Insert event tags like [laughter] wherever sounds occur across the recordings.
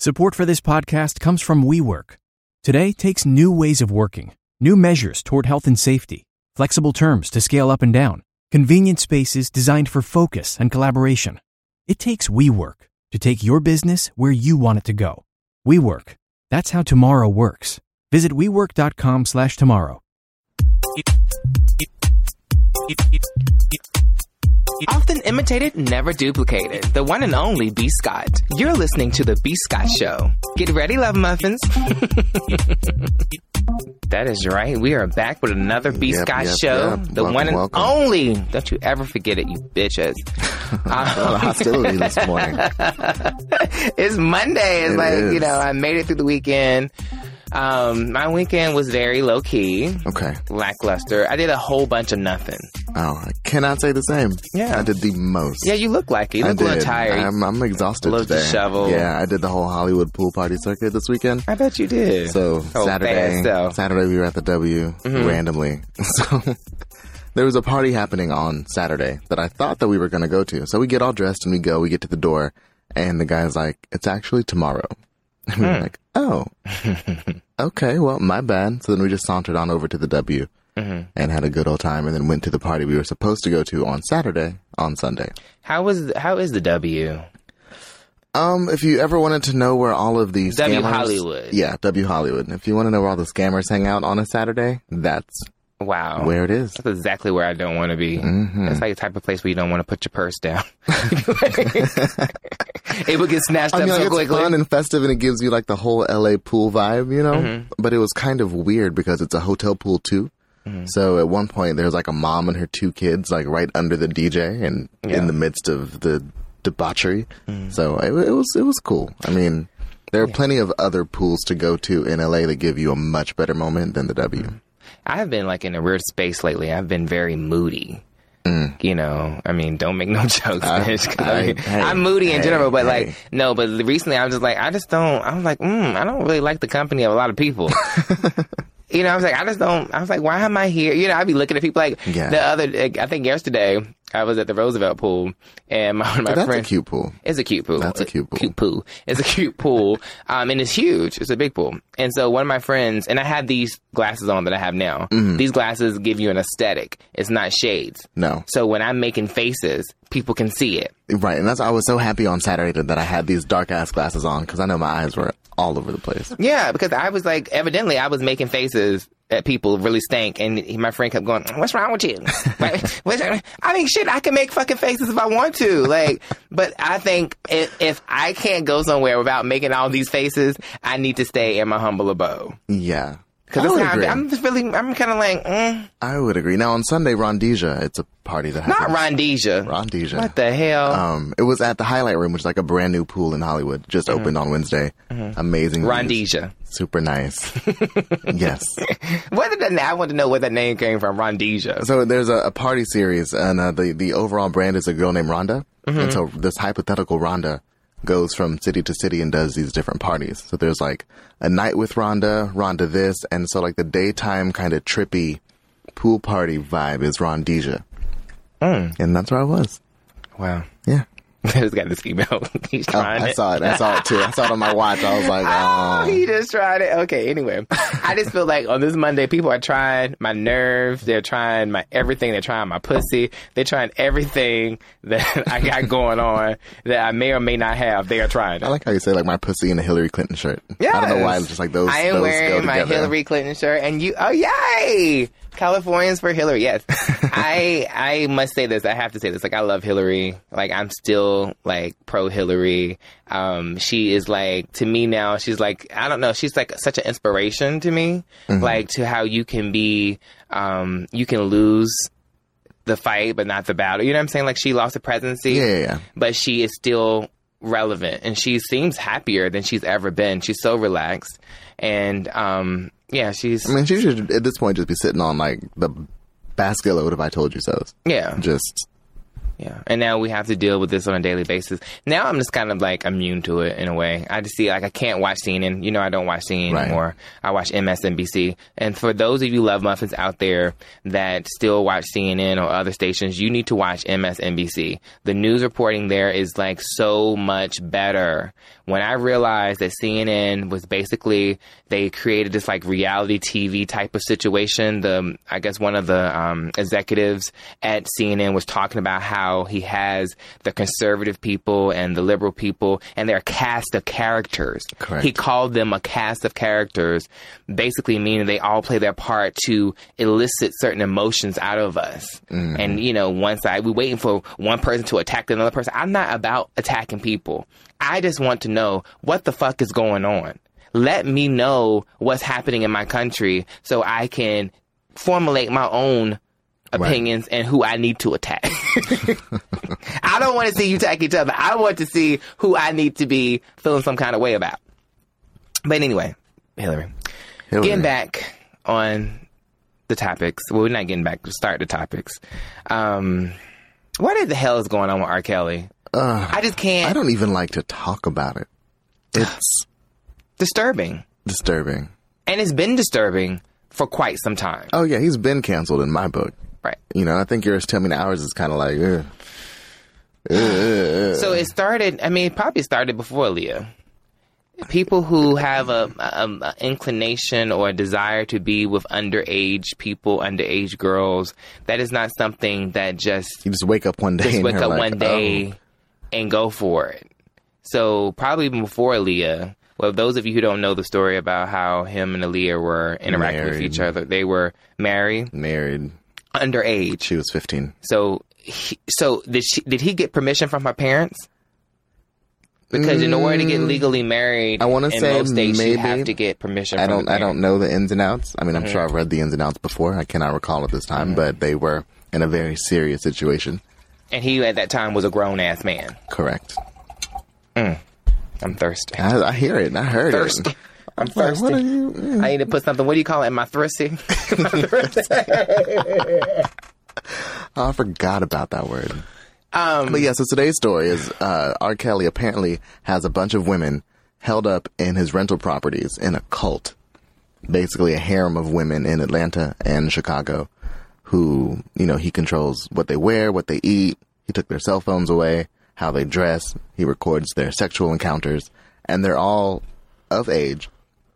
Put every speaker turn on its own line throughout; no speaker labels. Support for this podcast comes from WeWork. Today takes new ways of working, new measures toward health and safety, flexible terms to scale up and down, convenient spaces designed for focus and collaboration. It takes WeWork to take your business where you want it to go. WeWork. That's how tomorrow works. Visit WeWork.com slash tomorrow.
Often imitated, never duplicated. The one and only B. Scott. You're listening to The B. Scott Show. Get ready, love muffins. [laughs] that is right. We are back with another B.
Yep,
Scott
yep,
Show.
yep.
The
Welcome,
one and
welcome.
only. Don't you ever forget it, you
[laughs]
bitches.
lot of
Um,
hostility this morning.
[laughs] it's Monday. It's
It
like, you
is.
know, I made it through the weekend. Um, my weekend was very low key,
Okay.
lackluster. I did a whole bunch of nothing.
Oh, I cannot say the same.
Yeah.
I did the most.
Yeah, you look like it. You
I
look a little
did.
tired.
I'm, I'm exhausted
Look
today.
disheveled.
Yeah, I did the whole Hollywood pool party circuit this weekend.
I bet you did.
So
Oh,
Saturday,
fast, though.
Saturday we were at the W randomly. [laughs] So there was a party happening on Saturday that I thought that we were going to go to. So we get all dressed and we go. We get to the door, and the guy's like, "It's actually tomorrow." [laughs] And we were like, "Oh, okay. Well, my bad." So then we just sauntered on over to the W. And had a good old time, and then went to the party we were supposed to go to on Saturday on Sunday.
How was how is the W?
Um, if you ever wanted to know where all of these
W
scammers-
Hollywood.
yeah, W Hollywood. If you want to know where all the scammers hang out on a Saturday, that's
Wow.
where Mm-hmm. it is.
That's exactly where I don't want to be. That's like the type of place where you don't want to put your purse
[laughs]
down. [laughs] it would get snatched
I
up
mean, like,
so
it's
quickly.
fun and festive, and it gives you like the whole LA pool vibe, you know.
Mm-hmm.
But it was kind of weird because it's a hotel pool too.
Mm-hmm.
So at one point, there's like a mom and her two kids like right under the DJ and in the midst of the debauchery.
Mm-hmm.
So it, it was it was cool. I mean, there are plenty of other pools to go to in LA that give you a much better moment than the W.
Mm-hmm. I've been like in a weird space lately. I've been very moody. You know, I mean, don't make no [laughs] jokes, bitch. 'cause I,
Mm. I-
mean,
hey,
I'm moody in
hey,
general, but
hey.
like, no, but recently I'm just like, I just don't, I'm like, mm, I don't really like the company of a lot of
[laughs]
people. you know, I was like, I just don't, I was like, why am I here? You know, I'd be looking at people like
Yeah.
the other, I think yesterday I was at the Roosevelt pool and my, [laughs] my
But that's
friend.
a cute pool.
It's a cute pool.
That's a cute pool.
Cute pool. It's a cute
[laughs]
pool. Um, and it's huge. It's a big pool. And so one of my friends, and I had these glasses on that I have now.
Mm-hmm.
These glasses give you an aesthetic. It's not shades.
No.
So when I'm making faces, people can see it.
Right, and that's I was so happy on Saturday that- that I had these dark ass glasses on because I know my eyes were all over the place.
Yeah, because I was like, evidently, I was making faces at people really stank, and he, my friend kept going, "What's wrong
[laughs]
with you?" like, what's- I mean, shit, I can make fucking faces if I want to. Like, but I think if, if I can't go somewhere without making all these faces, I need to stay in my humble abode.
Yeah,
Cause
I
that's
would
how I'm,
agree.
I'm just really, I'm kind of like, mm,
I would agree. Now on Sunday, Rondesia, it's a party that
not
happens.
Rondesia.
Rondesia.
What the hell?
Um, it was at the Highlight Room, which is like a brand new pool in Hollywood. Just
Mm-hmm.
opened on Wednesday. Amazing. views.
Rondesia. [laughs]
Super nice. yes.
Where did that, I want to know where that name came from, Rondesia.
So there's a, a party series, and uh, the the overall brand is a girl named Rhonda.
Mm-hmm.
And so this hypothetical Rhonda goes from city to city and does these different parties. So there's like a night with Rhonda, Rhonda this, and so like the daytime kind of trippy pool party vibe is Rhondesia.
Mm.
And that's where I was.
Wow.
Yeah.
I just got [laughs] this email. [laughs] He's
Oh,
trying
I
it.
saw it. I saw it too. I saw it on my watch.
[laughs]
I was like,
Oh,
oh.
he just tried it. Okay, anyway. I just feel like on this Monday, people are trying my nerves. They're trying my everything. They're trying my pussy. They're trying everything that I got [laughs] going on that I may or may not have. They are trying.
I
It.
like how you say like my pussy in a Hillary Clinton shirt. I don't know why.
Yes.
It's just like those.
I am
those go
wearing my
together.
Hillary Clinton shirt, and you. Oh, yay! Californians for Hillary.
[laughs]
Yes, I. I must say this. I have to say this. Like, I love Hillary. Like, I'm still like pro Hillary. Um, she is like to me now. She's like I don't know. She's like such an inspiration to me.
Mm-hmm.
Like to how you can be. Um, you can lose the fight, but not the battle. You know what I'm saying? Like she lost the presidency
Yeah, yeah, yeah.
but she is still relevant and she seems happier than she's ever been. She's so relaxed and um yeah, she's
I mean, she should at this point just be sitting on like the basket load of "I told you so"s.
yeah.
Just
Yeah. And now we have to deal with this on a daily basis. Now I'm just kind of like immune to it in a way. I just see like I can't watch CNN. You know, I don't watch CNN
Right.
anymore. I watch MSNBC. And for those of you love muffins out there that still watch CNN or other stations, you need to watch MSNBC. The news reporting there is like so much better. When I realized that CNN was basically they created this like reality TV type of situation, the I guess one of the um, executives at CNN was talking about how he has the conservative people and the liberal people and their cast of characters.
Correct.
He called them a cast of characters, basically meaning they all play their part to elicit certain emotions out of us. And you know, one side we're waiting for one person to attack another person. I'm not about attacking people. I just want to know what the fuck is going on. Let me know what's happening in my country so I can formulate my own opinions and who I need to attack. [laughs] I don't want to see you attack each other. I want to see who I need to be feeling some kind of way about. But anyway, Hillary,
Hillary.
getting back on the topics. Well, we're not getting back to start the topics. Um, what the hell is going on with R. Kelly? I just can't.
I don't even like to talk about it.
[sighs]
It's
disturbing,
disturbing.
and it's been disturbing for quite some time.
Oh yeah, he's been canceled in my book.
Right.
You know, I think yours tell me ours is kind of like, eh.
So it started. I mean, it probably started before Leah. People who have a, a, a inclination or a desire to be with underage people, underage girls, that is not something that just
you just wake up one day.
just
and
wake
you're
up
like, "Oh,
one day and go for it. So probably even before Aaliyah. Well, those of you who don't know the story about how him and Aaliyah were interacting with
Married.
each other, they were married,
oh, married.
underage.
She was fifteen.
So, he, so did she? Did he get permission from her parents? Because in order to get legally married,
Mm. I wanna
in
say
most states you have
maybe.
to get permission.
I
from Mm-hmm.
don't.
the
I don't know the ins and outs. I mean, I'm sure I've read the ins and outs before. I cannot recall at this
Mm-hmm.
time, but they were in a very serious situation.
parents. And he at that time was a grown ass man.
Correct.
I'm thirsty.
I, I hear it. I heard
Thirsty.
it.
I'm
Like,
thirsty.
what are you? mm.
I need to put something. What do you call it? Am I thirsty?
Oh, I forgot about that word. but yeah, so today's story is uh, R. Kelly apparently has a bunch of women held up in his rental properties in a cult, basically a harem of women in Atlanta and Chicago, who you know he controls what they wear, what they eat. He took their cell phones away, how they dress. He records their sexual encounters, and they're all of age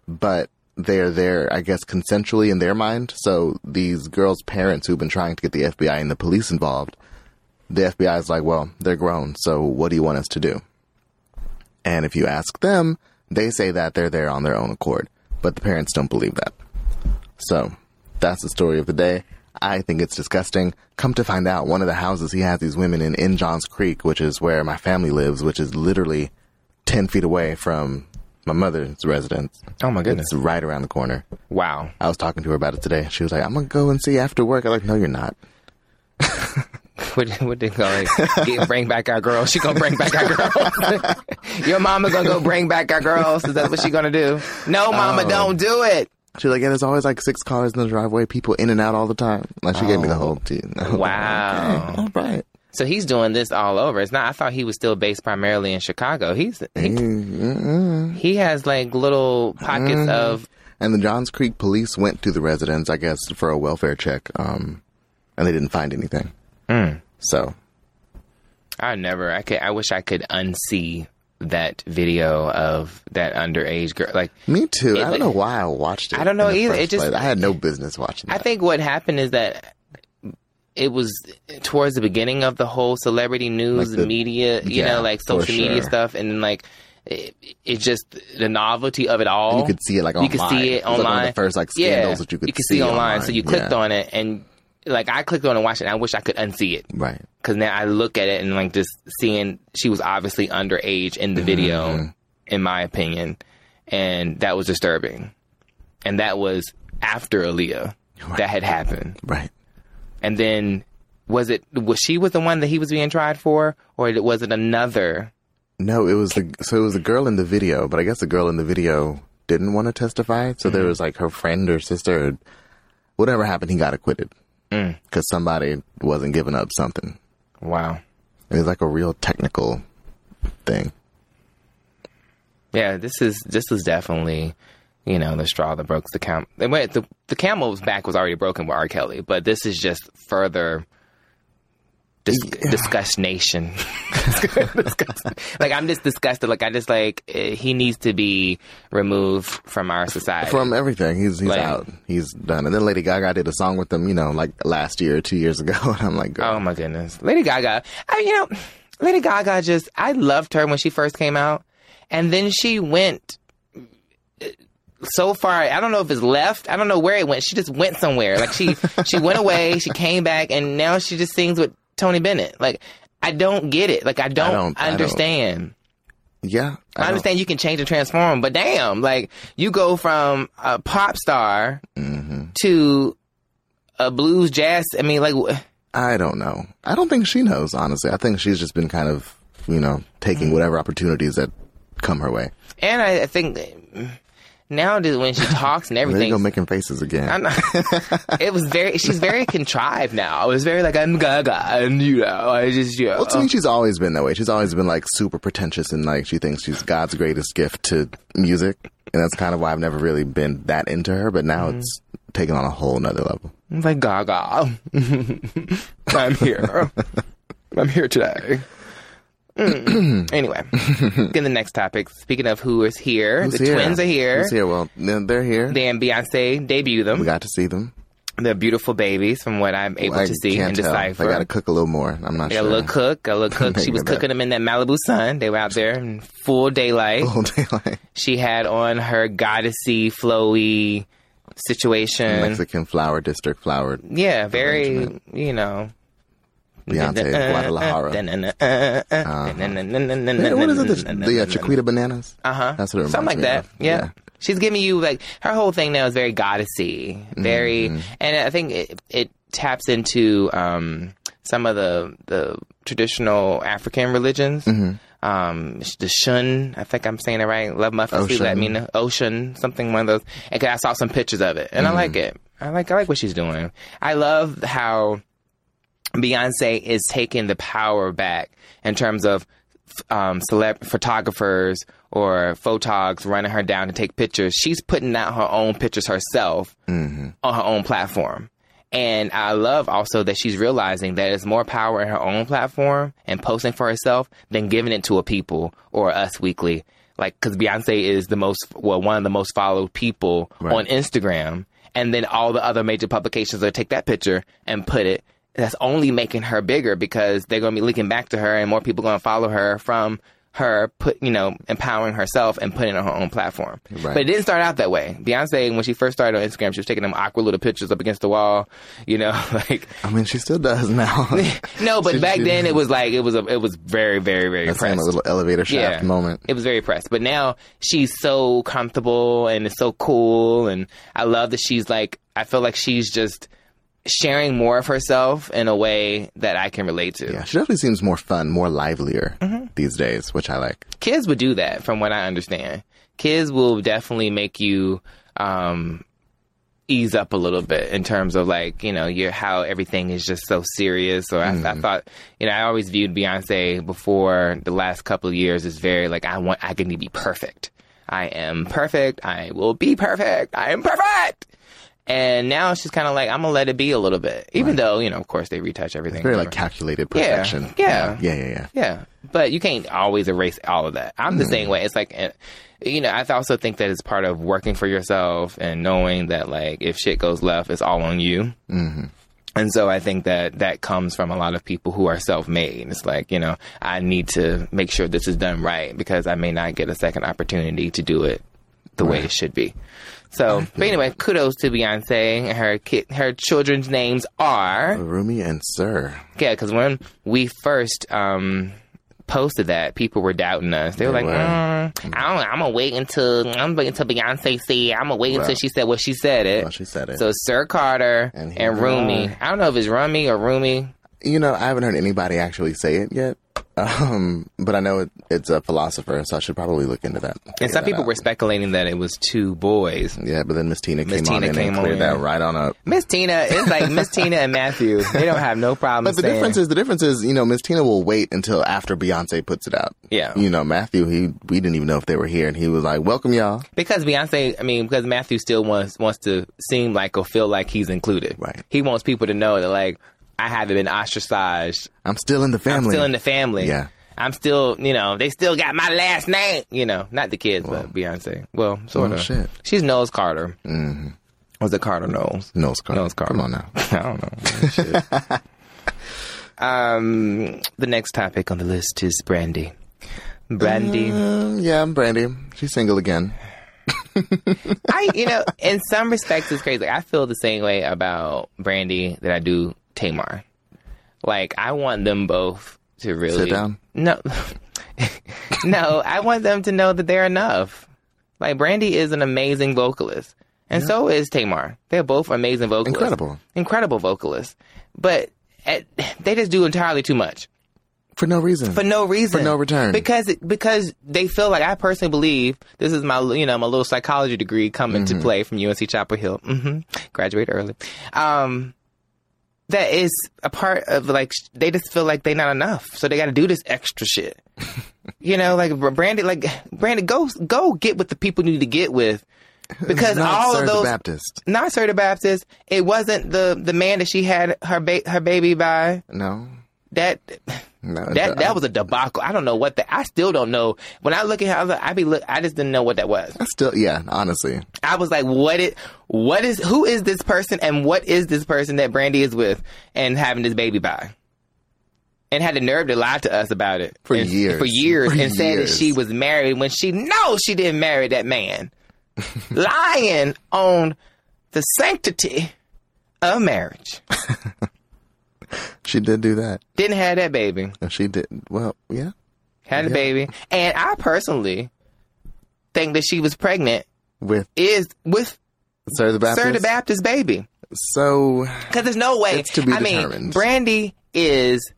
but they're there, I guess, consensually in their mind. So these girls' parents who've been trying to get the FBI and the police involved, the FBI is like, well, they're grown, so what do you want us to do? And if you ask them, they say that they're there on their own accord, but the parents don't believe that. So that's the story of the day. I think it's disgusting. Come to find out, one of the houses he has these women in in Johns Creek, which is where my family lives, which is literally 10 feet away from my mother's residence.
oh my goodness!
It's right around the corner.
Wow.
I was talking to her about it today. She was like, I'm going to go and see after work. I'm like, no, you're not.
What, what they call it? Get, bring back our girls. She gonna bring back our girls. [laughs] Your mama gonna go bring back our girls. Is that what she gonna do? No,
Oh.
mama, don't do it.
She was like, yeah, there's always like six cars in the driveway, people in and out all the time. Like, she gave me the whole tea.
Oh.
[laughs]
Wow.
all right.
So he's doing this all over. It's not. I thought he was still based primarily in Chicago. He's he,
Mm-hmm.
he has like little
Mm.
pockets of
And the Johns Creek police went to the residence, I guess, for a welfare check, um, and they didn't find anything.
Hmm.
So,
I never. I could. I wish I could unsee that video of that underage girl. Like
me too. I
like-
don't know why I watched it.
I don't know
in the
either.
first
It just-
place. I had no business watching
I
that.
think what happened is that it was towards the beginning of the whole celebrity news
Like the-
media, you
yeah,
know, like
for
social media
sure.
stuff, and then like it, it just the novelty of it all.
you could see it, like,
you could
online.
see
It
it
was, like, one of the
online.
first, like, scandals that you could
see,
see
online. So
online.
you clicked
Yeah.
on it, and like I clicked on it and watched it. And I wish I could unsee it
right.
because now I look at it and like just seeing she was obviously underage in the
Mm-hmm.
video, in my opinion, and that was disturbing, and that was after Aaliyah
Oh
that had happened,
Right.
and then was it was she was the one that he was being tried for, or it- was it another?
No, it was the so it was the girl in the video, but I guess the girl in the video didn't want to testify. So
Mm.
there was like her friend or sister, or
Mm.
whatever happened, he got acquitted because somebody wasn't giving up something.
Wow,
and it's like a real technical thing.
Yeah, this is this is definitely, you know, the straw that broke the camel. Wait, the the camel's back was already broken with R. Kelly, but this is just further dis- disgustination. [laughs] Disgust- like I'm just disgusted. Like I just like eh, he needs to be removed from our society.
From everything, he's he's
Like-
out, he's done. And then Lady Gaga did a song with him, you know, like last year or two years ago, [laughs] and I'm like, girl,
Oh my goodness, Lady Gaga. I mean, you know, Lady Gaga just I loved her when she first came out, and then she went uh, so far. I don't know if it's left. I don't know where it went. She just went somewhere. Like
[laughs]
she she went away. She came back, and now she just sings with Tony Bennett. Like I don't get it. Like I don't,
don't- I don't.
understand.
yeah,
I,
don't-
understand you can change and transform, but damn, like you go from a pop star
Mm-hmm.
to a blues jazz. I mean, like. wh-
I don't know. I don't think she knows, honestly. I think she's just been kind of, you know, taking
Mm.
whatever opportunities that come her way.
And I, I think that now that when she talks and
There you go,
everything,
making faces again.
I'm not- it was very. She's very contrived now. It was very like I'm Gaga, and you know, I just you know.
well, to me, she's always been that way. She's always been like super pretentious and like she thinks she's God's greatest gift to music. And that's kind of why I've never really been that into her, but now
Mm-hmm.
it's taken on a whole nother level.
I'm like Gaga. [laughs] I'm here. I'm here today. Mm. [clears throat] anyway, get to the next topic. Speaking of who is here,
Who's
the
here?
twins are here.
Who's here? Well, then they're here.
They and Beyonce debut
we
them.
got to see them.
They're beautiful babies, from what I'm able
I
to see and
can't tell.
decipher.
I got to cook a little more. I'm not
They
sure.
got a
[laughs]
little cook, a little cook.
There
she
you
was
go, babe.
cooking them in that Malibu sun. They were out there in full daylight.
Whole day
[laughs]
like
She had on her goddessy, flowy situation.
Mexican flower district flowered.
yeah, very, you know. [laughs]
Beyonce, Guadalajara. Yeah, what is it? The, the uh, Chiquita bananas?
Uh huh.
That's what it reminds
Something like
me
that.
of.
Yeah.
Yeah.
She's giving you like her whole thing now is very goddessy, very, and I think it, it taps into um, some of the the traditional African religions. Um, the Shun, I think I'm saying it right. Love muffins. Please let
Ocean.
me know. Ocean, something one of those. And 'cause I saw some pictures of it, and I like it. I like I like what she's doing. I love how Beyonce is taking the power back in terms of f- um, celeb photographers or photogs running her down to take pictures. She's putting out her own pictures herself on her own platform. And I love also that she's realizing that there's more power in her own platform and posting for herself than giving it to a people or Us Weekly. Like, because Beyonce is the most, well, one of the most followed people on Instagram. And then all the other major publications will take that picture and put it. That's only making her bigger because they're going to be leaking back to her and more people going to follow her from her put you know empowering herself and putting it on her own platform
Right.
but it didn't start out that way beyonce when she first started on instagram she was taking them awkward little pictures up against the wall you know [laughs] like
I mean, she still does now.
[laughs] no but
She-
back
she-
then it was like it was a it was very very very
That's kind of a
pressed.
little elevator shaft
Yeah.
moment.
It was very pressed. But now she's so comfortable and it's so cool. And I love that she's like, I feel like she's just sharing more of herself in a way that I can relate to.
Yeah, she definitely seems more fun, more livelier
Mm-hmm.
these days, which I like.
Kids would do that, from what I understand. Kids will definitely make you um, ease up a little bit in terms of like you know your how everything is just so serious. So I,
Mm-hmm.
I thought you know I always viewed Beyonce before the last couple of years as very like I want I can be perfect. I am perfect. I will be perfect. I am perfect. And now she's kind of like I'm gonna let it be a little bit, even though you know of course they retouch everything.
Very like calculated
Yeah,
perfection.
yeah.
yeah, yeah, yeah.
Yeah, but you can't always erase all of that. I'm the same way. It's like, eh, you know, I also think that it's part of working for yourself and knowing that, like, if shit goes left, it's all on you. Mm-hmm. And so I think that that comes from a lot of people who are self made. It's like, you know, I need to make sure this is done right because I may not get a second opportunity to do it the way it should be. So, but anyway, kudos to Beyonce. Her kid, her children's names are.
Rumi and Sir.
Yeah, because when we first um, posted that, people were doubting us. They were like,
were.
mm, I don't, "I'm gonna wait until I'm waiting until Beyonce see. I'm gonna wait until
Right.
she said what she said it."
Well, she said it.
So Sir Carter
And
and,
here we
Rumi. I don't know if it's Rumi or Rumi.
you know, I haven't heard anybody actually say it yet. Um, but I know it, it's a philosopher, so I should probably look into that.
And some people were
were
speculating that it was two boys.
Yeah, but then Miss Tina
Miss
came on
Tina
in
came
and cleared
on
that
in.
right on up.
Miss Tina, it's
[laughs]
like Miss Tina and Matthew. They don't have no problem.
But the
saying-
difference is, the difference is, you know, Miss Tina will wait until after Beyonce puts it out.
Yeah.
You know, Matthew, he, we didn't even know if they were here and he was like, welcome y'all.
because Beyonce, I mean, because Matthew still wants wants to seem like or feel like he's included.
Right.
He wants people to know that like I haven't been ostracized.
I'm still in the family.
I'm still in the family.
Yeah.
I'm still, you know, they still got my last name. You know, not the kids, but Beyonce. Well, sort
Oh,
of.
shit.
She's Knowles Carter. Mm-hmm. Was it Carter Knowles?
Nose card.
Nose card.
Come on now.
[laughs] I don't know.
[laughs]
Shit. um, the next topic on the list is Brandy. Brandy.
Um, yeah, I'm Brandy. She's single again.
I, you know, in some respects, it's crazy. Like, I feel the same way about Brandy that I do Tamar. Like, I want them both to really
down.
No, [laughs] no, I want them to know that they're enough. Like, Brandy is an amazing vocalist, and so is Tamar. They're both amazing vocalists,
Incredible.
incredible vocalists. But at, they just do entirely too much
For no reason.
for no reason,
For no return.
because because they feel like I personally believe this is my you know my little psychology degree coming
Mm-hmm.
to play from UNC Chapel Hill. hmm Graduate early. Um, that is a part of like sh- they just feel like they're not enough, so they got to do this extra
[laughs]
shit. you know, like Br- Brandon, like Brandon, go go get with the people you need to get with, because
Not
all
Sir
of
the
those
Baptist.
not Sir the Baptist. It wasn't the the man that she had her ba- her baby by.
No.
That
No.
that that was a debacle. I don't know what the. I still don't know. When I look at how I be look, I just didn't know what that was.
That's still, yeah, honestly.
I was like, what it, what is, who is this person, and what is this person that Brandy is with and having this baby by, and had the nerve to lie to us about it
For
And-
years.
for years,
For
and said that
years.
she was married when she knows she didn't marry that man,
[laughs]
lying on the sanctity of marriage.
She did do that.
Didn't have that baby.
And she did, well, yeah.
had a baby, and I personally think that she was pregnant
With
is with
Sir the Baptist.
Sir the Baptist baby
So,
because there's no way.
It's to be
I mean,
determined.
Brandy is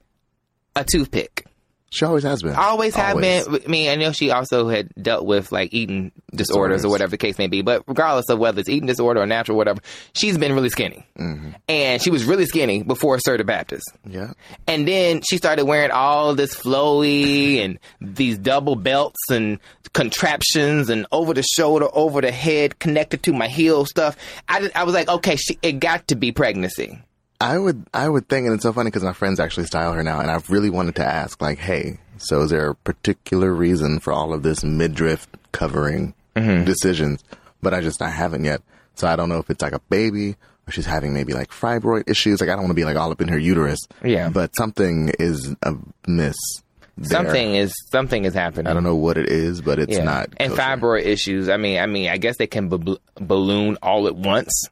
a toothpick.
she always has been.
Always have
Always.
been. I mean, I know she also had dealt with like eating disorders,
Disorders.
or whatever the case may be. But regardless of whether it's eating disorder or natural, whatever, she's been really skinny,
Mm-hmm.
and she was really skinny before Sir the Baptist.
Yeah.
And then she started wearing all this flowy and these double belts and contraptions and over the shoulder, over the head, connected to my heel stuff. I, did- I was like, okay, she, it got to be pregnancy.
I would, I would think, and it's so funny because my friends actually style her now, and I really wanted to ask, like, hey, so is there a particular reason for all of this midriff covering
Mm-hmm.
decisions? But I just, I haven't yet, so I don't know if it's like a baby or she's having maybe like fibroid issues. Like, I don't want to be like all up in her uterus.
Yeah.
but something is amiss. There.
Something is something is happening.
I don't know what it is, but it's not.
And
kosher.
fibroid issues. I mean, I mean, I guess they can bab- balloon all at once,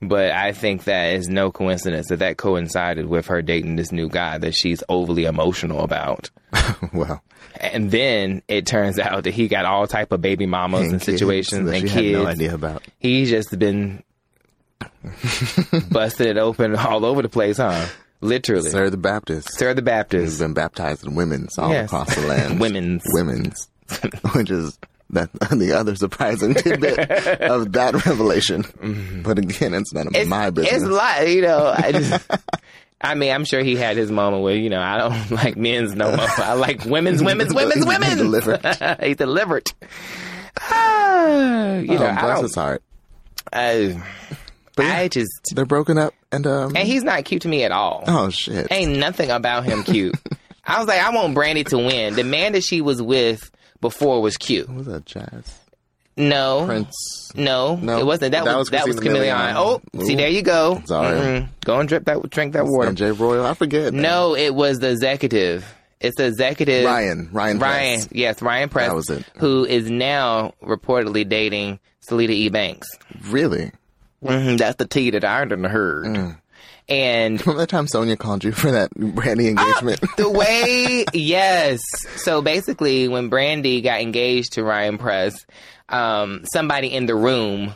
but I think that is no coincidence that that coincided with her dating this new guy that she's overly emotional about.
[laughs] well,
and then it turns [laughs] out that he got all type of baby mamas and,
and kids
situations
that
and
she
kids.
had no idea about.
He's just
[laughs]
been busted it open all over the place, huh? Literally, Sir,
Sir the Baptist.
the
has
Baptist.
been baptized in women's all
Yes.
across the
[laughs]
land.
Women's.
Women's. [laughs] Which is that the other surprising tidbit of that revelation. But again, it's none of
Mm-hmm. It's,
my business.
It's a lot, you know. I just.
[laughs]
I mean, I'm sure he had his moment where, you know, I don't [laughs] like men's no more. I like women's, women's, women's,
[laughs] He
women's.
delivered.
he delivered. Ah, [laughs] you know,
Oh,
I
bless his
don't.
heart.
I, I just.
They're broken up and um
And he's not cute to me at all.
Oh shit.
Ain't nothing about him cute. I was like, I want Brandy to win. The man that she was with before was cute.
What was that jazz?
No,
Prince
no,
No.
it wasn't. That,
That
was,
was
that was
Christina
Chameleon.
Milian.
Oh,
Ooh.
see, there you go.
Sorry.
Mm-mm. Go and drip that, drink that water.
and Jay Royal. I forget.
No, it was the executive. It's the executive.
Ryan. Ryan
Ryan.
Press.
Yes, Ryan Press.
was it.
Who is now reportedly dating Salita E. Banks.
Really?
hmm That's the tea that I done heard.
Mm.
And
From that time Sonia called you for that
Ah!
Brandy engagement. [laughs]
the way yes so basically when brandy got engaged to ryan press um, somebody in the room uh,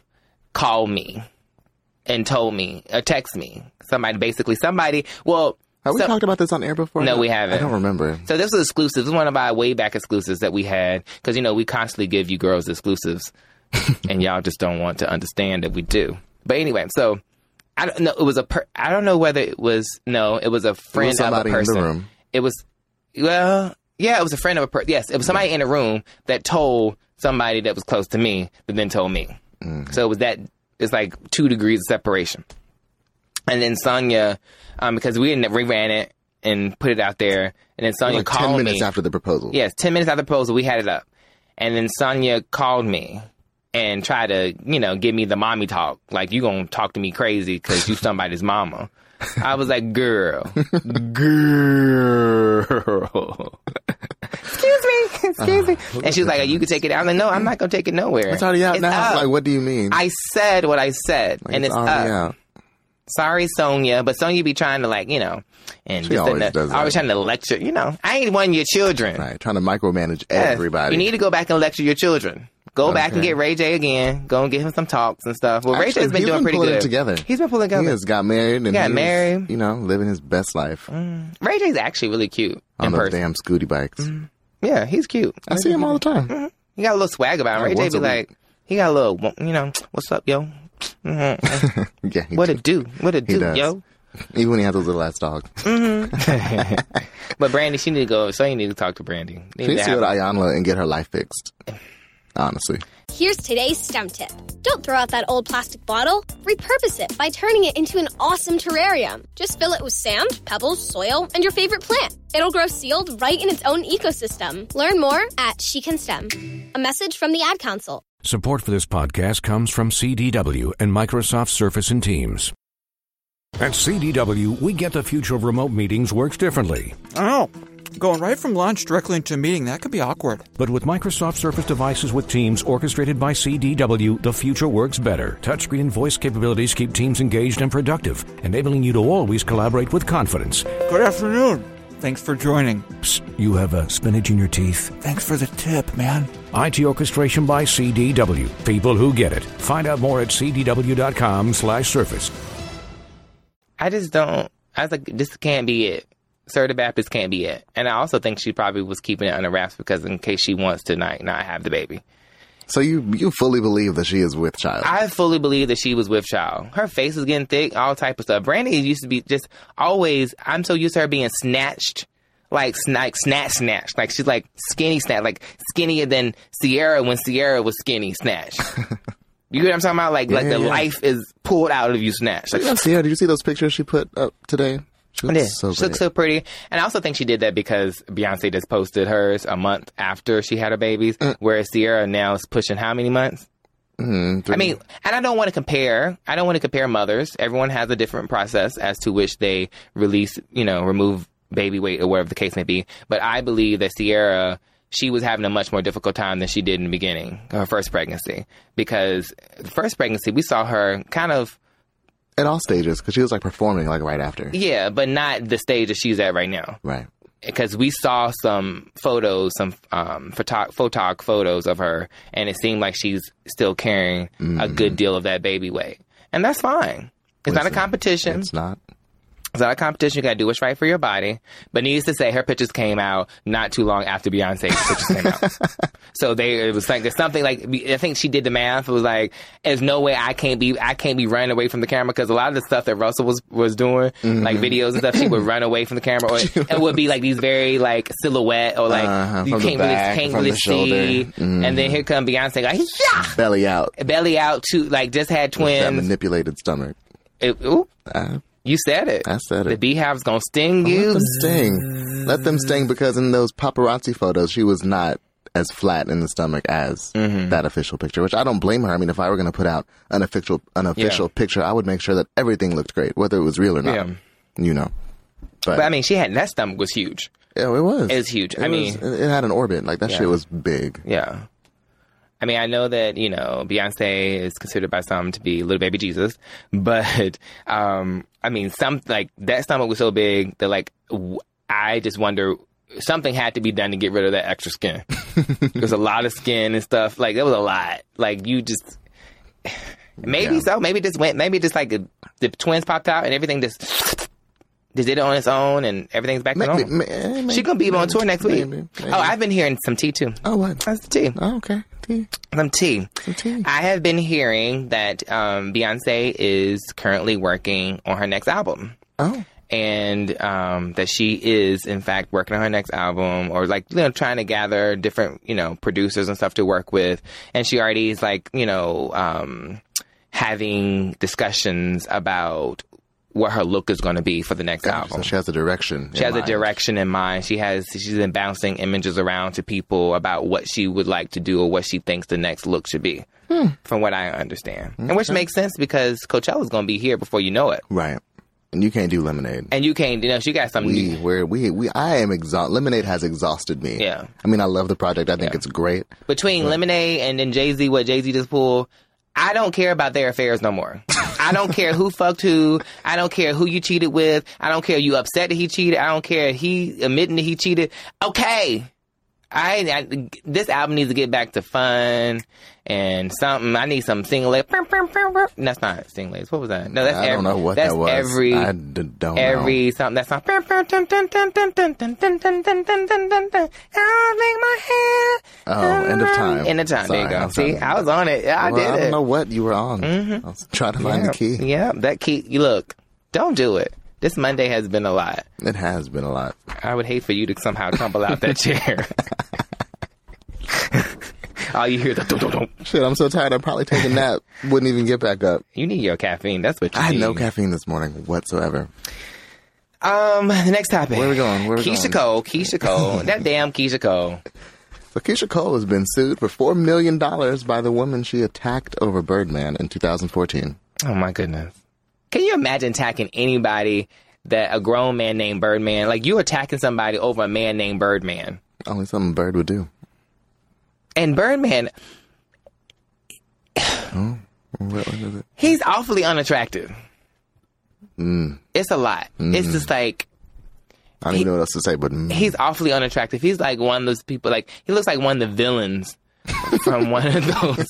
called me and told me or text me somebody basically somebody well
Have we
So-
talked about this on air before?
No, we
I
haven't.
don't remember.
So this was exclusive. This is one of our way back exclusives that we had because you know we constantly give you girls
[laughs]
exclusives, and y'all just don't want to understand that we do. But anyway, so I don't know. It was a per- I don't know whether it was no. It was a friend
somebody in
of
the
a person.
room.
It was well, yeah. It was a friend of a person. Yes, it was somebody in a room that told somebody that was close to me that then told me.
Mm-hmm.
So it was that. It's like two degrees of separation. And then Sonya, um, because we had we ran it and put it out there, and then Sonya
Like
called
ten minutes
me.
after the proposal.
yes, ten minutes after the proposal, we had it up, and then Sonya called me and tried to, you know, give me the mommy talk, like you gonna talk to me crazy because you somebody's
[laughs]
mama. I was like, girl, girl. Excuse me, excuse me. And she was like, "You can take it out." I'm like, "No, I'm not gonna take it nowhere.
Uh-huh. It's already out now.
up.
Like, what do you mean?
I said what I said, and it's up
already out.
sorry Sonia, but Sonia be trying to like, you know, and just
always
in the-
does that.
always trying to lecture, you know, I ain't one of your children.
Right, trying to micromanage
Yes,
everybody.
You need to go back and lecture your children. Go back and get Ray J again. Go and get him some talks and stuff. Well, Ray
Actually,
J's been
he's
doing
been
pretty
pulling
good.
it together.
He's been pulling it
he
together.
has got married and
Got
he's,
married.
You know, living his best life on
Ray J's actually really cute in
those
person. Mm-hmm.
damn scooty bikes.
Yeah, he's cute.
I see him all the
Mm-hmm.
time.
He got a little swag about him. Ray J
once
be
a week.
like, he got a little, you know, what's up, yo?
Yeah, he
Mm-hmm. What
do-
it do? What it do,
does.
yo?
[laughs]
[laughs]
even when he has his little ass dog.
But Brandy, she need to go. So you need to talk to Brandy. Need
She needs
to
to go
have-
to Ayanla and get her life fixed. Honestly,
Here's today's STEM tip. Don't throw out that old plastic bottle. Repurpose it by turning it into an awesome terrarium. Just fill it with sand, pebbles, soil, and your favorite plant. It'll grow sealed right in its own ecosystem. Learn more at She Can STEM. A message from the Ad Council.
Support for this podcast comes from CDW and Microsoft Surface and Teams. At CDW, we get the future of remote meetings works differently.
Oh, going right from lunch directly into a meeting, that could be awkward.
But with Microsoft Surface devices with Teams orchestrated by CDW, the future works better. Touchscreen and voice capabilities keep teams engaged and productive, enabling you to always collaborate with confidence.
Good afternoon. Thanks for joining.
Psst, you have a spinach in your teeth.
Thanks for the tip, man.
IT orchestration by CDW. People who get it. Find out more at cdw.com slash surface.
I just don't. I was like, this can't be it. Sir the Baptist can't be it. And I also think she probably was keeping it under wraps because in case she wants to not, not have the baby.
so you you fully believe that she is with child.
I fully believe that she was with child. Her face was getting thick, all type of stuff. Brandy used to be just always. I'm so used to her being snatched, like sn- like snatch snatched. Like she's like skinny snatch, like skinnier than Sierra when Sierra was skinny
[laughs]
snatched. you get what I'm talking about? Like like
Yeah,
the
yeah.
life is pulled out of you snatched. Like,
Did you see her? Did you see those pictures she put up today? She looks
Yeah,
so
she looks
great.
so pretty, and I also think she did that because Beyonce just posted hers a month after she had her babies, whereas Sierra now is pushing how many months?
Mm, three-
I mean, and I don't want to compare. I don't want to compare mothers. Everyone has a different process as to which they release, you know, remove baby weight or whatever the case may be. But I believe that Sierra, she was having a much more difficult time than she did in the beginning, her first pregnancy, because the first pregnancy we saw her kind of.
at all stages because she was like performing like right after.
Yeah, but not the stage that she's at right now.
Right.
because we saw some photos, some um, photog photog photos of her, and it seemed like she's still carrying a good deal of that baby weight, and that's fine. It's not a
Mm. Listen,
competition.
It's not.
It's not a competition. You gotta do what's right for your body. But needless to say, her pictures came out not too long after Beyonce's pictures came
[laughs]
out. So they, it was like, there's something like, I think she did the math. It was like, there's no way I can't be, I can't be running away from the camera because a lot of the stuff that Russell was, was doing,
Mm-hmm.
like videos and stuff, she would run away from the camera
[laughs]
or it would be like these very like silhouette or like,
Uh-huh,
you
from the
can't really,
back,
can't
from
really
the
see.
shoulder. Mm-hmm.
And then here come Beyonce like, yeah!
Belly out.
Belly out too, like just had
That
twins.
manipulated stomach.
It- ooh,
I,
you said it.
I said
The
Uh, it.
beehive's gonna sting you.
Let them sting. Let them sting because in those paparazzi photos, she was not as flat in the stomach as
Mm-hmm.
that official picture, which I don't blame her. I mean, if I were going to put out an official, an official picture, I would make sure that everything looked great, whether it was real or not.
Yeah.
You know. But,
But I mean, she had that stomach was huge.
yeah, it was.
It's huge. I
It
mean,
was- it it had an orbit. Like, that shit was big.
yeah. I mean, I know that you know Beyonce is considered by some to be little baby Jesus, [laughs] but um, I mean, some like that stomach was so big that like w- I just wonder something had to be done to get rid of that extra skin. there was a lot of skin and stuff. Like there was a lot. Like you just [sighs] maybe so. Maybe it just went. Maybe it just like the twins popped out and everything just Did it on its own and everything's back to normal.
eh,
She gonna be on tour next week. Oh, I've been hearing some tea too.
Oh, what?
That's the tea.
Oh, okay. Tea.
Some tea.
tea.
I have been hearing that um, Beyonce is currently working on her next album.
Oh.
and um, that she is in fact working on her next album or like you know trying to gather different you know producers and stuff to work with and she already is like you know um, having discussions about what her look is going to be for the next
So
album
she has a direction.
Oh. she has a direction in mind. She has she's been bouncing images around to people about what she would like to do or what she thinks the next look should be. From what I understand, and which makes sense because Coachella's going to be here before you know it,
Right. And you can't do lemonade.
and you can't. You know, she got some.
we where we we I am exhausted. Lemonade has exhausted me.
Yeah.
I mean, I love the project. I think it's great.
between Lemonade and then Jay Z, what Jay Z just pulled, I don't care about their affairs no more. I don't care
[laughs]
who fucked who. I don't care who you cheated with. I don't care you upset that he cheated. I don't care if he admitting that he cheated. Okay. I, I this album needs to get back to fun and something. I need some single. leg- That's not single. legs. What was that? No, that's
I don't
every-
know what
that's
that was.
Every
I d- don't know.
every something that's not. I'll make my hair.
Oh, end of time.
End of time. there you
Sorry,
go.
I'm
See,
sorry.
I was on it. I
Well,
did
I don't
it. Mm-hmm.
know what you were on. I was trying to find
yeah.
the key.
Yeah, that key. You look. Don't do it. This Monday has been a lot.
It has been a lot.
I would hate for you to somehow tumble out
[laughs]
that chair. All you hear is the dum, dum, dum.
Shit, I'm so tired. I'm probably taking
[laughs]
a nap. Wouldn't even get back up.
You need your caffeine. That's what you
I had
need.
no caffeine this morning whatsoever.
Um, the next topic.
Where we going? Where we
Keisha
going?
Cole. Keisha Cole.
[laughs]
that damn Keisha Cole.
So Keisha Cole has been sued for four million dollars by the woman she attacked over Birdman in 2014.
Oh my goodness. Can you imagine attacking anybody that a grown man named Birdman? Like you attacking somebody over a man named Birdman.
Only something Bird would do.
And Birdman,
What what is it?
he's awfully unattractive. It's a lot. It's just like
I don't even know what else to say, but mm,
he's awfully unattractive. He's like one of those people. Like he looks like one of the villains [laughs] from one of those,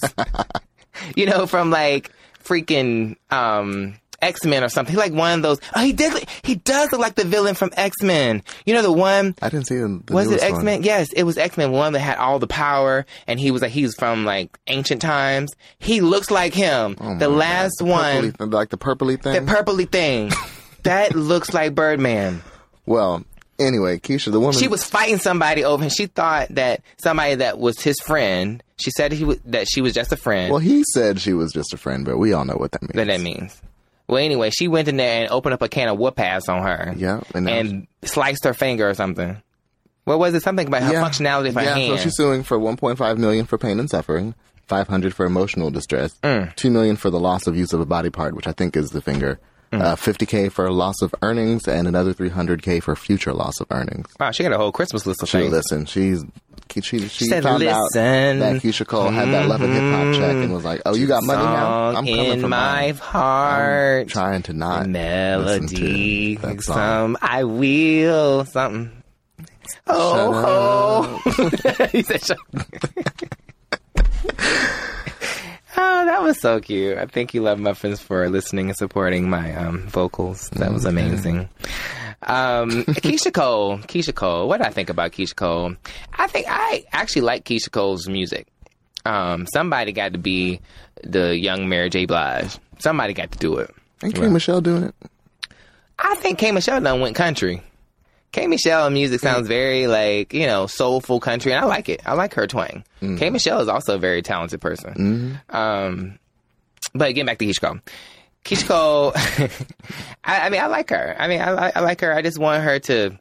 you know, from like freaking um, X Men or something. He like one of those. Oh, he did. He does look like the villain from X Men. You know the one.
I didn't see the the
was it
newest
X Men?
one.
Yes, it was X Men One that had all the power, and he was like he's from like ancient times. He looks like him.
Oh
the last one,
Purpley- like the purpley
the
thing.
purpley
[laughs]
thing, that looks like Birdman.
well, anyway, Keisha, the woman
She was fighting somebody over, and she thought that somebody that was his friend. She said he was, that she was just a friend.
Well, he said she was just a friend, but we all know what that means.
that that means. Well, anyway, she went in there and opened up a can of whoop ass on her.
Yeah, and
and,
now
sliced her finger or something. What was it? Something about her
Yeah.
functionality of her
yeah,
hand.
so she's suing for 1.5 million for pain and suffering, 500 for emotional distress,
Mm.
2 million for the loss of use of a body part, which I think is the finger,
Mm.
uh, 50k for loss of earnings, and another 300k for future loss of earnings.
wow, she got a whole Christmas list of
She
things.
listen, she's. She, she, she
said,
found out
"Listen."
that Keisha Cole had that love and hip hop check and was like, "Oh, you got money now?
song
coming
in
for
my
mine."
heart.
Trying to not
melody.
listen to that song.
Some um, I will something. Oh, oh. [laughs] he said, Shut [laughs] Oh, that was so cute. I thank you, Love Muffins, for listening and supporting my um, vocals. That was
Mm-hmm.
amazing. Um, Keisha Cole. Keisha Cole. What did I think about Keisha Cole? I think I actually like Keisha Cole's music. Um, somebody got to be the young Mary J. Blige. Somebody got to do it.
Ain't K Michelle doing it?
I think K Michelle done went country. K Michelle music
Mm.
sounds very like you know soulful country, and I like it. I like her twang.
Mm.
K Michelle is also a very talented person.
Mm-hmm.
Um, but getting back to Keisha Cole, Keisha Cole, [laughs] I, I mean, I like her. I mean, I, li- I like her. I just want her to.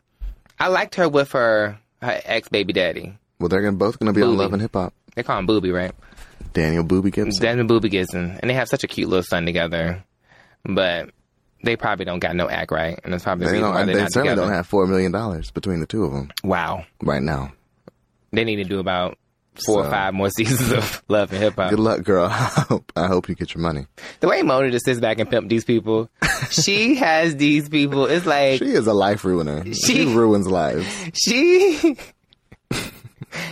I liked her with her her ex baby daddy.
Well, they're gonna, both going to be on
Booby.
Love and Hip Hop.
They call him Booby, right?
Daniel Booby Gibson.
Desmond Booby Gibson, and they have such a cute little son together, but. They probably don't got no act right, and that's probably the
They,
reason why
don't,
they're
they
not
certainly
together.
don't have four million dollars between the two of them
wow,
right now.
they need to do about four or
So-
five more [laughs] seasons of Love and Hip Hop.
Good luck, girl. [laughs] I hope, I hope you get your money.
The way Mona just sits back and pimp these people,
[laughs]
she has these people. It's like
She is a
[laughs]
life ruiner. She,
She- [laughs]
ruins lives.
she [laughs]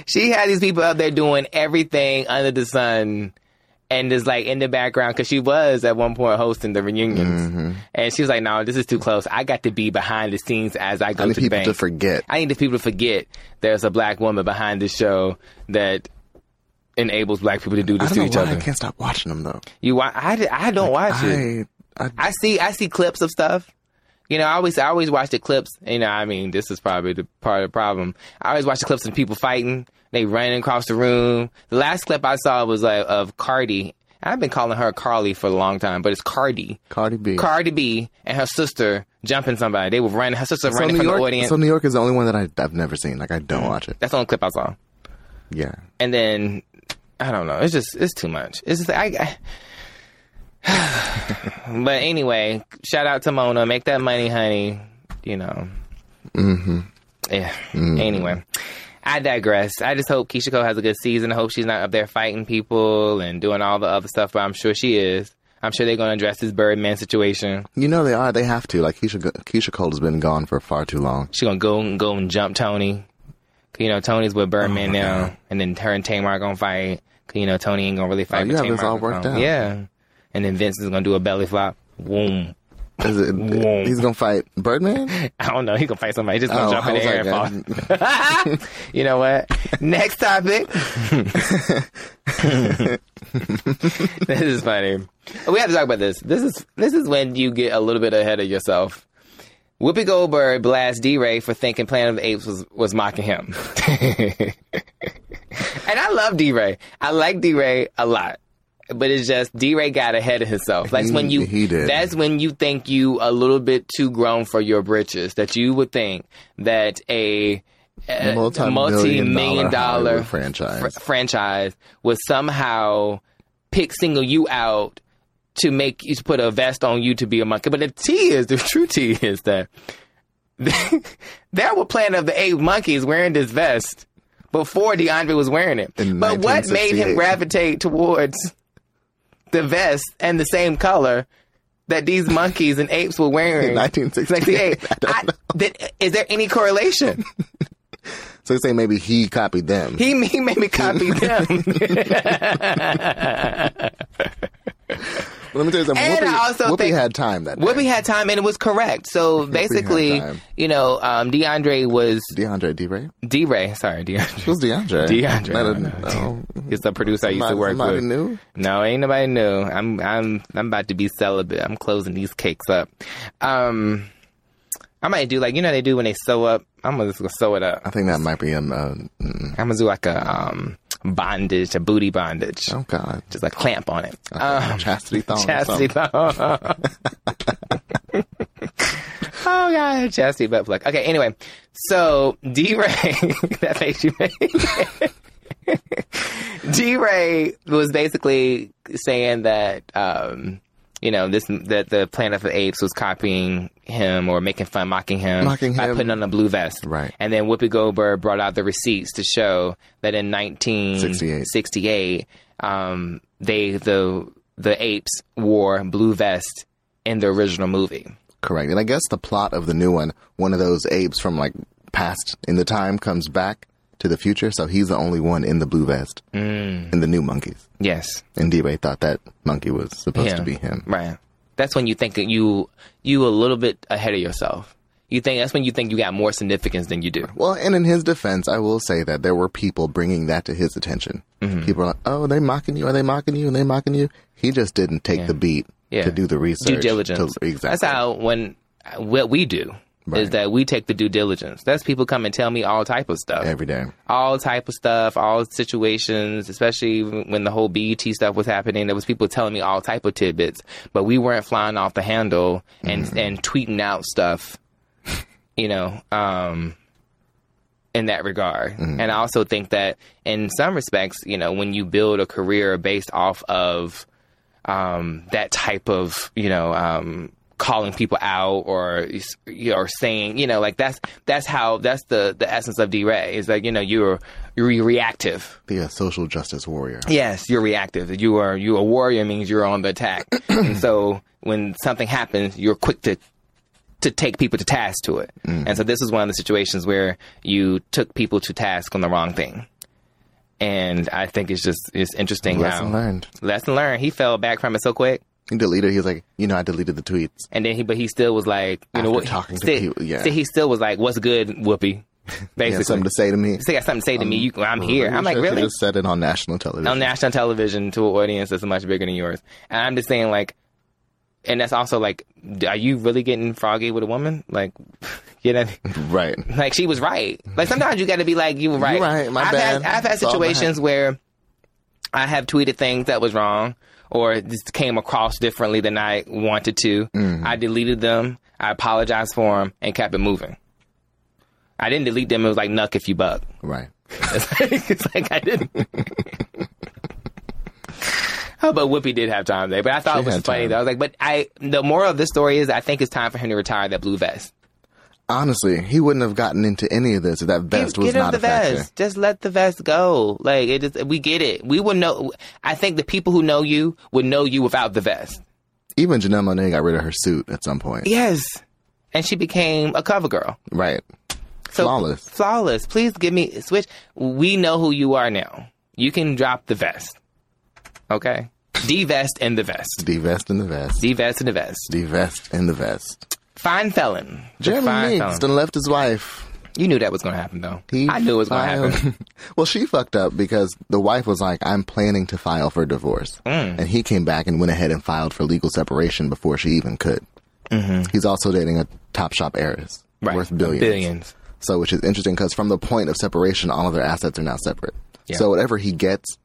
she had these people out there doing everything under the sun and is like in the background because she was at one point hosting the reunions,
Mm-hmm.
and she was like, "No, this is too close. I got to be behind the scenes as I go
I need
to the
people
bank.
to forget.
I need the people to forget there's a black woman behind this show that." Enables black people to do
I
this
don't
to
know
each
why
other.
I can't stop watching them though.
You watch? I, di- I don't watch it.
I, I
I see I see clips of stuff. You know, I always I always watch the clips. You know, I mean, this is probably the part of the problem. I always watch the clips of people fighting. They running across the room. The last clip I saw was like of Cardi. I've been calling her Carly for a long time, but it's Cardi.
Cardi B.
Cardi B and her sister jumping somebody. They were running. Her sister
so
running
New
from
York.
the audience.
So New York is the only one that I, I've never seen. Like I
Mm.
don't watch it.
That's the only clip I saw.
Yeah.
And then I don't know. It's just it's too much. It's just I. I [sighs] but anyway, shout out to Mona. Make that money, honey. You know. Mm-hmm. Yeah. Anyway, I digress. I just hope Keisha Cole has a good season. I hope she's not up there fighting people and doing all the other stuff. But I'm sure she is. I'm sure they're going to address this Birdman situation.
You know they are. They have to. Like Keisha, Keisha Cole has been gone for far too long.
She's gonna go and go and jump Tony. 'Cause, You know, Tony's with Birdman
Oh,
now, and then her and Tamar gonna fight. 'Cause, You know, Tony ain't gonna really fight.
Oh, you
but
have this
Tamar
all
gonna
worked
come.
out.
Yeah, and then Vincent's gonna do a belly flop. Boom. [laughs]
Is it,
Whoa.
he's gonna fight Birdman.
I don't know. He gonna fight somebody. He's just gonna
Oh,
jump
I
in the
was
air
like,
and
[laughs]
fall. [laughs] you know what? Next topic. [laughs] this is funny. We have to talk about this. This is this is when you get a little bit ahead of yourself. Whoopi Goldberg blasts D. Ray for thinking Planet of the Apes was, was mocking [laughs] him. and I love D. Ray. I like D. Ray a lot. But it's just D. Ray got ahead of himself. That's when you
He- he did.
that's when you think you a little bit too grown for your britches. That you would think that a, a
Multi-million
multi-million
dollar
dollar
Hollywood franchise.
fr- franchise would somehow pick single you out to make you to put a vest on you to be a monkey. But the tea is the [laughs] true tea is that [laughs] there were Planet of the Apes monkeys wearing this vest before DeAndre was wearing it.
In
but what made him
1968.
gravitate towards the vest and the same color that these monkeys and apes were wearing
[laughs] In 1968.
[laughs] I- that- is there any correlation?
[laughs] So they say maybe he copied them.
He, he
[laughs]
made me copy them.
But let me tell you something.
And
Whoopi,
I also
Whoopi
think-
had time that
Whoopi
day.
had time and it was correct. So basically,
time.
you know, um, DeAndre was
DeAndre D. Ray.
D Ray. Sorry,
[laughs]
DeAndre.
Who's
[laughs]
DeAndre?
DeAndre.
Not
I
a-
don't know.
no.
It's the producer I used to
[laughs] Somebody-
work
somebody
with.
new?
No, ain't nobody new. I'm I'm I'm about to be celibate. I'm closing these cakes up. Um, I might do like you know they do when they sew up. I'm gonna just sew it up.
I think that might be um. Uh, mm,
I'm gonna do like a um bondage, a booty bondage,
oh Uh-huh. God.
just like clamp on it. Um,
Chastity thong. or
chastity
something.
thong.
[laughs]
oh god, chastity butt plug. Okay, anyway, so D Ray, [laughs] that face you made. [laughs] D Ray was basically saying that, um, you know, this that the Planet of the Apes was copying him or making fun, mocking him,
Mocking
by
him.
putting on a blue vest,
Right.
And then Whoopi Goldberg brought out the receipts to show that in 1968,
68.
68 Mm-hmm. um, they the the apes wore blue vest in the original movie.
Correct. And I guess the plot of the new one, one of those apes from like past in the time comes back to the future, so he's the only one in the blue vest
Hmm.
mm. in the new monkeys.
Yes,
And D Ray thought that monkey was supposed
Yeah.
to be him.
right. That's when you think that you you a little bit ahead of yourself. You think that's when you think you got more significance than you do.
Well, and in his defense, I will say that there were people bringing that to his attention.
Mm-hmm.
People are like, "Oh, are they mocking you? Are they mocking you? Are they mocking you?" He just didn't take the beat
Yeah.
to do the research,
Due diligence.
to- exactly.
That's how when what we do is that we take the due diligence. That's people come and tell me all type of stuff.
every day.
all type of stuff, all situations, especially when the whole BET stuff was happening. There was people telling me all type of tidbits, but we weren't flying off the handle and and tweeting out stuff, you know, um, in that regard. And I also think that in some respects, you know, when you build a career based off of um, that type of you know um, calling people out or you know, or saying you know like that's that's how that's the the essence of D-Ray is like you know you're you're reactive.
Be a social justice warrior.
Yes, you're reactive. You are you a warrior means you're on the
[clears throat]
attack. and so when something happens, you're quick to to take people to task to it.
Mm.
And so this is one of the situations where you took people to task on the wrong thing. And I think it's just it's interesting
Lesson
how
learned.
lesson learned. He fell back from it so quick,
He deleted. He was like, you know, I deleted the tweets.
and then he but he still was like, you know
After
what?
talking to
still-
people, yeah.
still- he still was like, "What's good, Whoopi?"
[laughs] He had
Basically,
something to say Um, to me.
still got something to say to me. You, I'm here.
Pretty
I'm like,
sure He
really?
just said it on national television.
on national television to an audience that's much bigger than yours. And I'm just saying, like, and that's also like, d- are you really getting froggy with a woman? Like, [laughs] you know,
right.
like she was right. Like sometimes you got to be like, you were right.
right, my
I've
bad.
had I've had
It's all my-
situations where I have tweeted things that was wrong or just came across differently than I wanted to.
Mm-hmm.
I deleted them. I apologized for them and kept it moving. I didn't delete them. It was like nuck if you buck. [laughs]
Right.
It's like, it's like I didn't. [laughs] Oh, but Whoopi did have time there. But I thought it was
had
funny
time.
though. I was like, but I the moral of this story is I think it's time for him to retire that blue vest.
Honestly, he wouldn't have gotten into any of this if that vest was
him
not
the
a factor.
vest. Just let the vest go. Like it is we get it. We would know I think the people who know you would know you without the vest.
Even Janelle Monae got rid of her suit at some point.
Yes. And she became a cover girl.
Right.
So,
Flawless.
Flawless. Please give me switch. We know who you are now. You can drop the vest. Okay? D-vest and the vest.
The vest in the vest.
The vest and the vest.
The vest in the vest.
Fine felon. The fine
Jeremy
felon.
Meeks done left his wife.
You knew that was going to happen, though.
He
I knew it was going to
filed-
happen.
well, she fucked up because the wife was like, I'm planning to file for divorce.
Mm.
And he came back and went ahead and filed for legal separation before she even could. Mm-hmm. He's also dating a top shop heiress
Right.
[laughs] worth billions.
Billions.
So, which is interesting because from the point of separation, all of their assets are now separate.
Yeah.
So, whatever he gets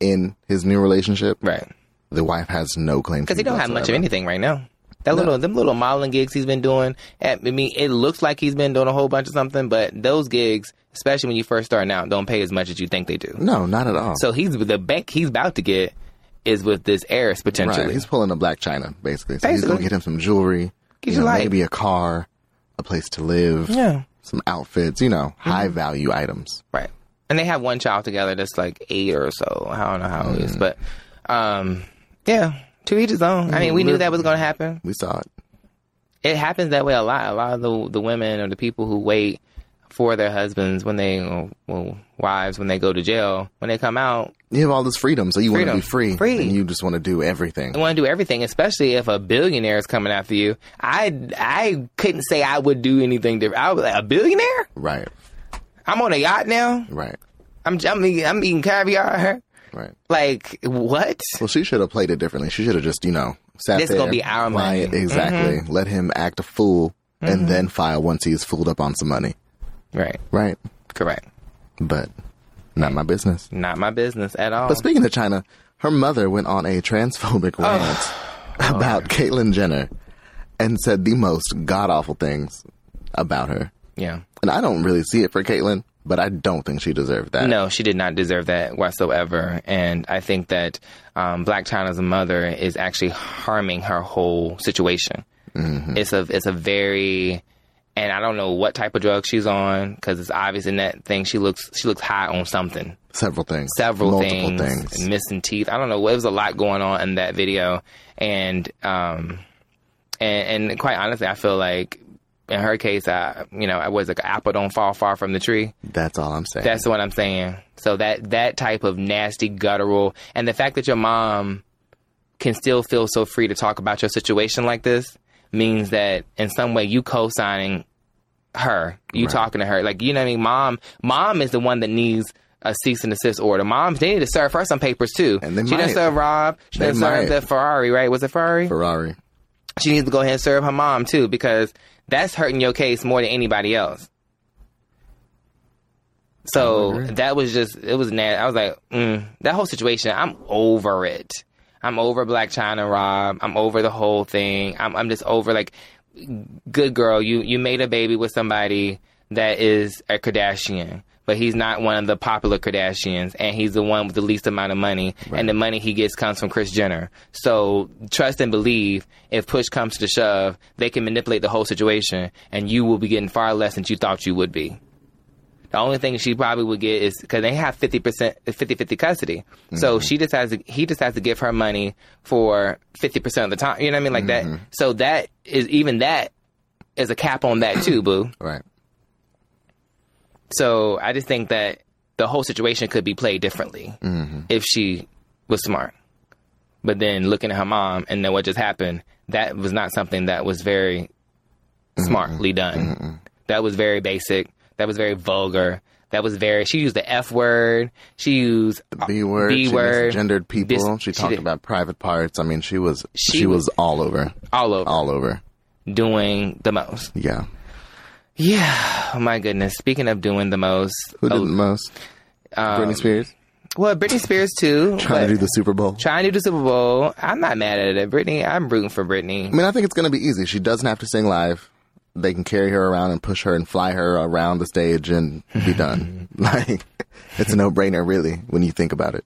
in his new relationship,
Right.
the wife has no claim
Because he don't have much of anything right now. That little, them little modeling gigs he's been doing. eh, I mean, it looks like he's been doing a whole bunch of something, but those gigs, especially when you first start out, don't pay as much as you think they do.
No, not at all.
So he's the bank he's about to get is with this heiress
right.
potentially.
He's pulling a black china, basically. So he's
Basically.
going to get him some jewelry,
Gives
you
you
know,
life.
maybe a car, a place to live.
yeah. Mm-hmm.
some outfits, you know, high value items.
Right. And they have one child together that's like eight or so. I don't know how it is, but um, yeah, to each his own. I mean, we knew that was going to happen.
We saw it.
It happens that way a lot. A lot of the the women or the people who wait for their husbands when they or, well, wives when they go to jail when they come out
You have all this freedom, so you want
Freedom.
to be free,
Free.
and you just want to do everything.
they want to do everything especially if a billionaire is coming after you i i couldn't say i would do anything different i was like a billionaire
Right,
i'm on a yacht now
right,
i'm i'm, eating- I'm eating caviar
right.
like what
Well, she should have played it differently. She should have just, you know, sat
This
there.
gonna be our
quiet,
money. Mm-hmm.
Exactly. Let him act a fool, and then file once he's fooled up on some money.
right
Right,
correct
but not my business.
Not my business at all.
But speaking of China, her mother went on a transphobic rant
Oh,
about Caitlyn Jenner, and said the most god awful things about her.
yeah.
And I don't really see it for Caitlyn, but I don't think she deserved that.
No, she did not deserve that whatsoever. And I think that um, Black China's mother is actually harming her whole situation. It's a it's a very and I don't know what type of drug she's on because it's obvious in that thing she looks she looks high on something.
Several things.
several
Multiple
things, and missing teeth. I don't know. There was a lot going on in that video, and um, and, and quite honestly, I feel like in her case, I you know, I was like apple don't fall far from the tree.
That's all I'm saying.
That's what I'm saying. So that that type of nasty guttural, and the fact that your mom can still feel so free to talk about your situation like this means that in some way you co-signing her, you talking to her, like you know what I mean. Mom, mom is the one that needs a cease and desist order. Mom, they need to serve her some papers too.
And they
she didn't
might.
serve Rob. She
They
didn't serve
might.
the Ferrari, right? Was it Ferrari?
Ferrari.
she needs to go ahead and serve her mom too because that's hurting your case more than anybody else. So that was just it was nasty. I was like, mm, that whole situation. I'm over it. I'm over Black China Rob. I'm over the whole thing. I'm I'm just over like, good girl. You you made a baby with somebody that is a Kardashian, but he's not one of the popular Kardashians, and he's the one with the least amount of money, and the money he gets comes from Chris Jenner. So trust and believe. If push comes to shove, they can manipulate the whole situation, and you will be getting far less than you thought you would be. The only thing she probably would get is because they have 50%, 50 50 custody. So she decides to, he decides to give her money for 50% of the time. You know what I mean? Like that. So that is even that is a cap on that too, boo.
Right.
So I just think that the whole situation could be played differently
Mm-hmm.
if she was smart. But then looking at her mom and then what just happened, that was not something that was very
Mm-hmm.
smartly done. That was very basic. That was very vulgar. That was very. She used the F word. She used
B word,
Uh, B
she
word.
gendered people.
This- she
she talked
did-
about private parts. I mean, she was she,
She
was,
was-
all over,
all over,
all over.
doing the most.
Yeah,
Yeah, oh my goodness. Speaking of doing the most,
who did
oh,
the most? Britney Spears
well, Britney Spears too.
trying
but-
to do the Super Bowl.
trying to do the Super Bowl. I'm not mad at it, Britney. I'm rooting for Britney.
I mean, I think it's going to be easy. She doesn't have to sing live. They can carry her around and push her and fly her around the stage and
[laughs]
be done. like, it's a no brainer, really, when you think about it.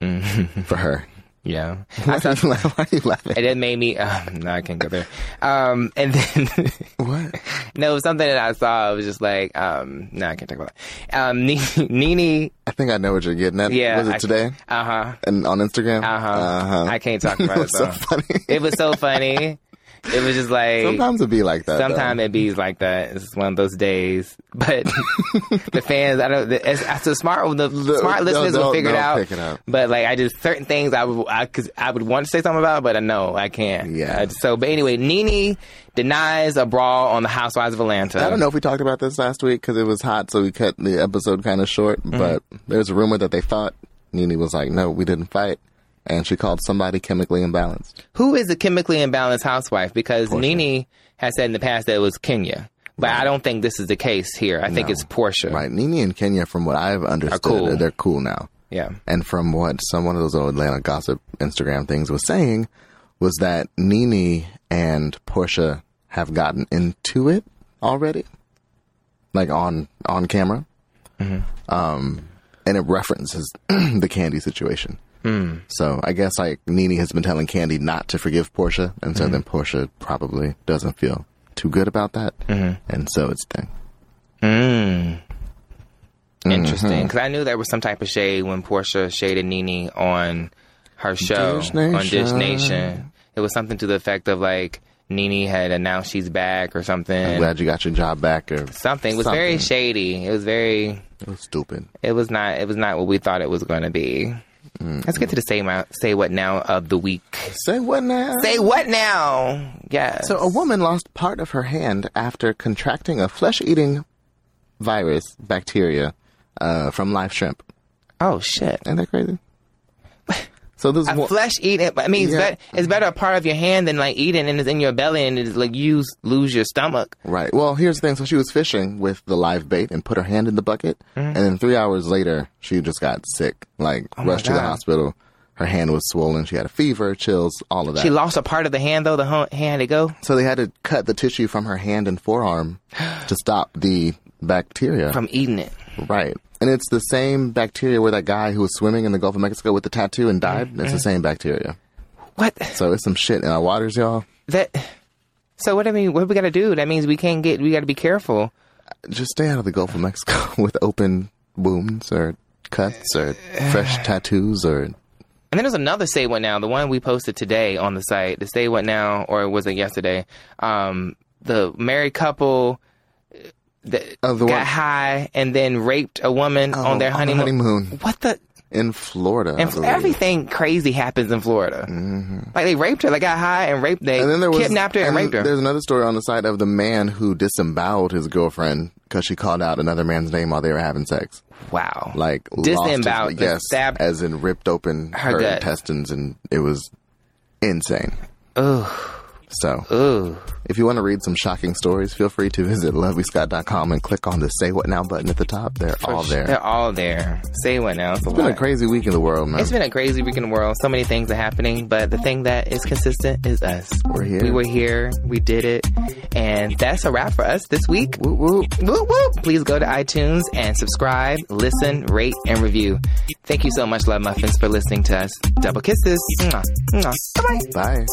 [laughs]
For her.
Yeah,
Why are you laugh- [laughs] why are you laughing?
and it made me. [sighs] Um, no, I can't go there. Um, and then [laughs]
What?
no, it was something that I saw. It was just like, um, no, I can't talk about that. Um, [laughs] Ni- Nene,
I think I know what you're getting at.
yeah,
Was it today?
Uh huh.
And on Instagram?
Uh huh. I
[laughs]
can't talk
It
about it.
was so
though.
funny.
It was so funny. It was just like
[laughs] Sometimes it'd be like that. though.
Sometimes it be like that. It's one of those days. [laughs] But the fans, I don't. The, it's, it's the smart, the smart
they'll-
listeners
they'll-
will figure it
they'll
out.
pick it up.
But like, I just certain things I would, I, cause I would want to say something about, but I know I can't.
Yeah.
Uh, so, but anyway, Nene denies a brawl on the Housewives of Atlanta.
I don't know if we talked about this last week because it was hot, so we cut the episode kind of short. But there's a rumor that they fought. Nene was like, "No, we didn't fight," and she called somebody chemically imbalanced.
who is the chemically imbalanced housewife because Nene has said in the past that it was Kenya, but I don't think this is the case here. I think it's Portia.
Right, Nene and Kenya, from what I've understood,
cool.
they're cool now.
Yeah.
And from what some one of those old Atlanta gossip Instagram things was saying, was that Nene and Portia have gotten into it already, like on on camera, Mm-hmm. um, and it references [clears throat] the Candy situation. So I guess like Nene has been telling Candy not to forgive Portia, and so then Portia probably doesn't feel too good about that, and so it's thing.
Interesting, because I knew there was some type of shade when Portia shaded Nene on her show
Dish
on Dish
Nation.
Nation. It was something to the effect of like Nene had announced she's back or
I'm
something.
glad you got your job back. Or
something it was very shady. It was very.
It was stupid.
It was not. It was not what we thought it was going to be. Let's get to the say my, say what now of the week.
Say what now?
Say what now? Yeah.
So a woman lost part of her hand after contracting a flesh-eating virus bacteria uh, from live shrimp.
oh shit.
Ain't that
[laughs]
crazy? So this
A
wo-
flesh eating. I mean, it's,
Yeah.
bet it's better a part of your hand than like eating and it's in your belly and it's like you s- lose your stomach.
right. Well, here's the thing. So she was fishing with the live bait and put her hand in the bucket,
Mm-hmm.
and then three hours later, she just got sick. Like rushed to the
Oh God.
hospital. Her hand was swollen. She had a fever, chills, all of that.
She lost a part of the hand though. The hun- hand to go
so they had to cut the tissue from her hand and forearm to stop the bacteria
from eating it.
Right. And it's the same bacteria where that guy who was swimming in the Gulf of Mexico with the tattoo and died. It's
Mm-hmm.
the same bacteria.
What
So it's some shit in our waters, y'all.
that? So what I mean, what we gotta do? That means we can't get. We gotta be careful.
Just stay out of the Gulf of Mexico [laughs] with open wounds or cuts or
[sighs]
fresh tattoos or
And then there's another say what now. The one we posted today on the site. The say what now, or was it yesterday? Um, the married couple. uh, That
Oh, the
got
one-
high and then raped a woman
Oh,
on their
on the
honeymoon.
honeymoon.
What the?
in Florida. I
And
believe. Mm-hmm.
everything crazy happens in Florida. Like they raped her, they got high and raped. They
And then there was
kidnapped her and,
then
raped her.
There's another story on the side of the man who disemboweled his girlfriend because she called out another man's name while they were having sex.
Wow.
Like lost his-
disemboweled, like,
yes,
stabbed.
as in ripped open her,
her gut.
intestines, and it was insane.
Ugh.
So
Ooh.
If you want to read some shocking stories, feel free to visit lovewescott.com and click on the Say What Now button at the top. They're all there.
They're all there. Say what now? It's a
It's been a
lot.
crazy week in the world, man.
It's been a crazy week in the world. So many things are happening, but the thing that is consistent is us.
We're here.
We were here. We did it. And that's a wrap for us this week.
Whoop, whoop.
Whoop, whoop. Please go to iTunes and subscribe, listen, rate, and review. Thank you so much, Love Muffins, for listening to us. Double kisses. Mwah. Mwah. Bye-bye.
Bye.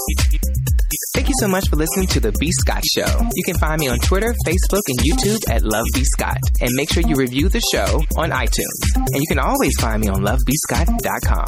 Thank you so much for listening to The B. Scott Show. You can find me on Twitter, Facebook, and YouTube at Love B. Scott. And make sure you review the show on iTunes. And you can always find me on lovebscott.com.